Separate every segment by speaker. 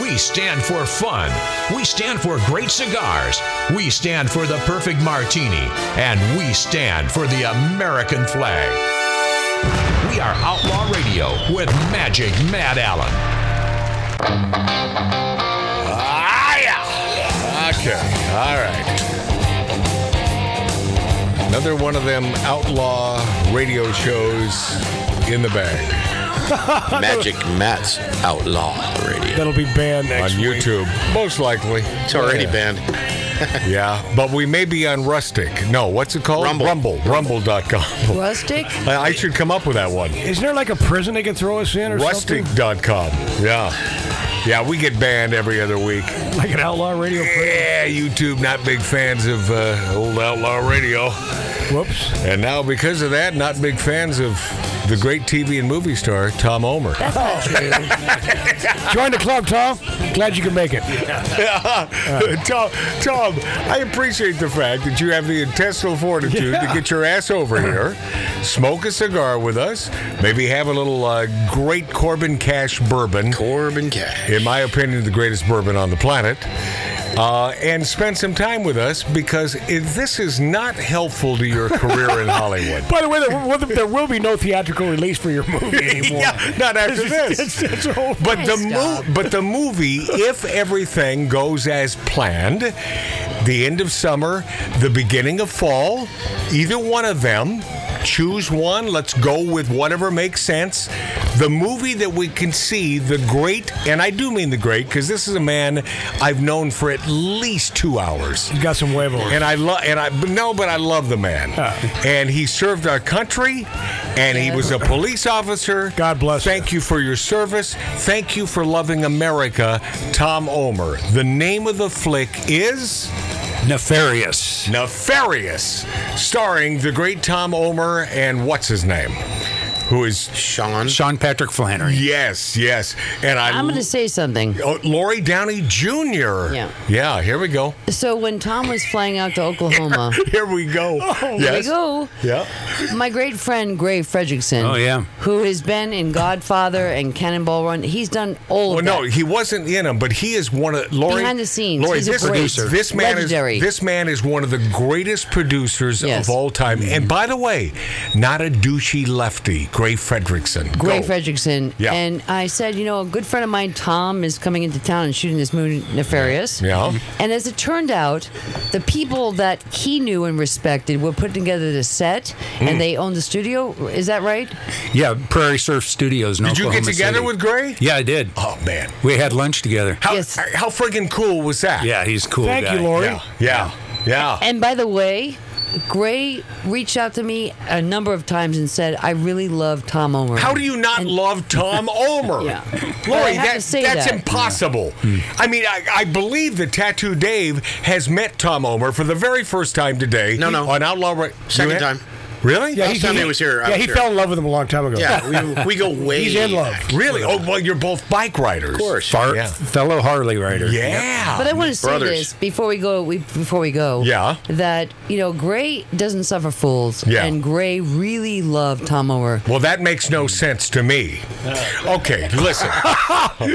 Speaker 1: We stand for fun. We stand for great cigars. We stand for the perfect martini. And we stand for the American flag. We are Outlaw Radio with Magic Mad Allen.
Speaker 2: Ah, yeah. Okay. All right. Another one of them outlaw radio shows in the bag
Speaker 3: Magic Matt's Outlaw Radio.
Speaker 4: That'll be banned
Speaker 2: on
Speaker 4: next week.
Speaker 2: YouTube, most likely.
Speaker 3: It's already
Speaker 2: Yeah.
Speaker 3: banned.
Speaker 2: Yeah, but we may be on Rustic. No, what's it called?
Speaker 3: Rumble.
Speaker 2: Rumble. Rumble.com.
Speaker 5: Rustic?
Speaker 2: I I should come up with that one.
Speaker 4: Isn't there like a prison they could throw us in or something?
Speaker 2: Rustic.com. Yeah. Yeah, we get banned every other week.
Speaker 4: Like an outlaw radio prison.
Speaker 2: Yeah, YouTube, not big fans of uh, old outlaw radio.
Speaker 4: Whoops.
Speaker 2: And now, because of that, not big fans of the great TV and movie star, Tom Omer.
Speaker 5: That's not true.
Speaker 4: Join the club, Tom. Glad you could make it.
Speaker 2: Tom, Tom, I appreciate the fact that you have the intestinal fortitude to
Speaker 4: Yeah.
Speaker 2: get your ass over here, smoke a cigar with us, maybe have a little uh, great Corbin Cash bourbon.
Speaker 3: Corbin Cash.
Speaker 2: in my opinion, the greatest bourbon on the planet, uh, and spend some time with us because it, this is not helpful to your career in Hollywood.
Speaker 4: By the way, there, will- there will be no theatrical release for your movie anymore.
Speaker 2: Yeah, not after
Speaker 4: It's-
Speaker 2: this.
Speaker 4: it's- it's over.
Speaker 2: But the
Speaker 5: Nice
Speaker 2: mo-
Speaker 5: job.
Speaker 2: but the movie, if everything goes as planned, the end of summer, the beginning of fall, either one of them, choose one. Let's go with whatever makes sense. The movie that we can see, the great, and I do mean the great, because this is a man I've known for at least two hours.
Speaker 4: You got some huevos.
Speaker 2: And I love, and I but no, but I love the man.
Speaker 4: Ah.
Speaker 2: And he served our country, and he was a police officer.
Speaker 4: God bless
Speaker 2: Thank you for your service. Thank you for loving America, Tom Omer. The name of the flick is
Speaker 6: Nefarious.
Speaker 2: Nefarious, starring the great Tom Omer and what's his name, who is
Speaker 3: Sean.
Speaker 6: Sean Patrick Flannery.
Speaker 2: yes, yes, and I.
Speaker 5: I'm going to say something.
Speaker 2: Oh, Lori Downey Jr.
Speaker 5: Yeah.
Speaker 2: Yeah, here we go.
Speaker 5: So when Tom was flying out to Oklahoma,
Speaker 2: Here we go.
Speaker 5: there
Speaker 2: yes.
Speaker 5: Oh, we go.
Speaker 2: Yeah.
Speaker 5: My great friend Gray Fredrickson.
Speaker 6: Oh, yeah.
Speaker 5: Who has been in Godfather and Cannonball Run. He's done all
Speaker 2: Well,
Speaker 5: of
Speaker 2: Oh, no,
Speaker 5: that.
Speaker 2: he wasn't in them, but he is one of Lori,
Speaker 5: Behind the scenes,
Speaker 2: Lori,
Speaker 5: he's a
Speaker 2: this,
Speaker 5: great
Speaker 2: this man
Speaker 5: legendary.
Speaker 2: is this man is one of the greatest producers
Speaker 5: Yes. Mm-hmm.
Speaker 2: of all time. And by the way, not a douchey lefty, Gray Fredrickson.
Speaker 5: Gray
Speaker 2: Go.
Speaker 5: Fredrickson.
Speaker 2: Yeah.
Speaker 5: And I said, you know, a good friend of mine, Tom, is coming into town and shooting this movie, Nefarious.
Speaker 2: Yeah.
Speaker 5: And as it turned out, the people that he knew and respected were putting together the set
Speaker 2: Mm.
Speaker 5: and they owned the studio. Is that right?
Speaker 6: Yeah, Prairie Surf Studios. In
Speaker 2: Did you get
Speaker 6: Oklahoma
Speaker 2: together
Speaker 6: City.
Speaker 2: with Gray?
Speaker 6: Yeah, I did.
Speaker 2: Oh man,
Speaker 6: We had lunch together.
Speaker 2: how
Speaker 5: Yes.
Speaker 2: how friggin' cool was that?
Speaker 6: Yeah, he's a cool.
Speaker 4: Thank
Speaker 6: guy.
Speaker 4: you, Lori.
Speaker 2: yeah, yeah, yeah.
Speaker 5: And by the way, Gray reached out to me a number of times and said, I really love Tom Omer.
Speaker 2: How do you not love Tom Omer?
Speaker 5: Yeah. Well, I
Speaker 2: Lori,
Speaker 5: have
Speaker 2: that,
Speaker 5: to say
Speaker 2: that's
Speaker 5: that.
Speaker 2: impossible.
Speaker 3: Hmm.
Speaker 2: I mean, I, I believe that Tattoo Dave has met Tom Omer for the very first time today.
Speaker 3: No, no.
Speaker 2: On Outlaw Ra-
Speaker 3: Second
Speaker 2: You had-
Speaker 3: time.
Speaker 2: Really?
Speaker 4: Yeah,
Speaker 3: Last time he was here, I was
Speaker 4: Yeah, he
Speaker 3: here.
Speaker 4: fell in love with him a long time ago.
Speaker 3: Yeah, we, we go way
Speaker 4: He's in love.
Speaker 3: back.
Speaker 2: Really? Oh, well, you're both bike riders. Of
Speaker 3: course.
Speaker 6: Far,
Speaker 2: Yeah.
Speaker 6: Fellow Harley rider.
Speaker 2: Yeah.
Speaker 5: But I want to say
Speaker 3: Brothers.
Speaker 5: this before we go. We, before we go,
Speaker 2: Yeah.
Speaker 5: that you know, Gray doesn't suffer fools,
Speaker 2: Yeah.
Speaker 5: and Gray really loved Tom Omer.
Speaker 2: well, that makes no sense to me. Okay, listen. I, uh,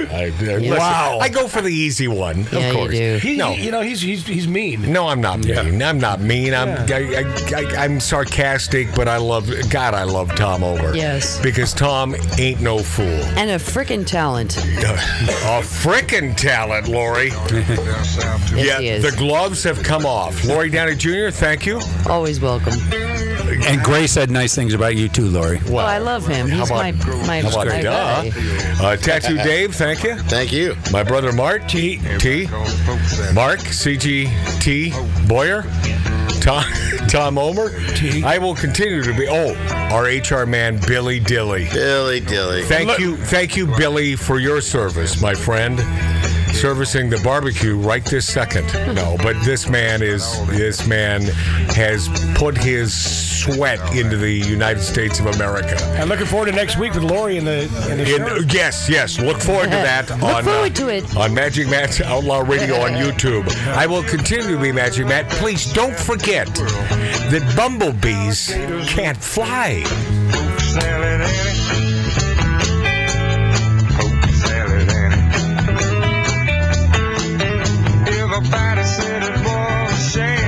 Speaker 2: listen.
Speaker 4: Wow.
Speaker 2: I go for the easy one,
Speaker 5: Yeah,
Speaker 2: of
Speaker 5: you
Speaker 2: course.
Speaker 5: do.
Speaker 4: He,
Speaker 2: No.
Speaker 4: you know, he's he's he's mean.
Speaker 2: No, I'm not mean. I'm not mean. I'm I, I, I, I'm sarcastic, but I love God. I love Tom Omer.
Speaker 5: Yes.
Speaker 2: because Tom ain't no fool.
Speaker 5: And a freaking talent.
Speaker 2: a frickin' talent, Lori.
Speaker 5: Yes,
Speaker 2: yeah,
Speaker 5: he is.
Speaker 2: the gloves have come off. Lori Downey Jr. Thank you.
Speaker 5: Always welcome.
Speaker 6: And Gray said nice things about you too, Lori.
Speaker 5: oh, I love him.
Speaker 2: How
Speaker 5: He's my
Speaker 2: about,
Speaker 5: my,
Speaker 2: how about
Speaker 5: my guy.
Speaker 2: duh? Uh, Tattoo Dave, thank you.
Speaker 3: Thank you.
Speaker 2: My brother Mark T. T. Mark CGT Boyer. Tom, Tom Omer. I will continue to be. Oh, our HR man Billy Dilly.
Speaker 3: Dilly dilly.
Speaker 2: Thank you, thank you, Billy, for your service, my friend. Servicing the barbecue right this second. No, but this man is this man has put his sweat into the United States of America.
Speaker 4: I'm looking forward to next week with Lori and the and the show.
Speaker 2: In, yes, yes. Look forward to that.
Speaker 5: Look
Speaker 2: on, uh,
Speaker 5: forward to it.
Speaker 2: on Magic Matt's Outlaw Radio on YouTube. I will continue to be Magic Matt. Please don't forget that bumblebees can't fly.
Speaker 7: salad Annie. Poke salad Annie. might have said it was a shame.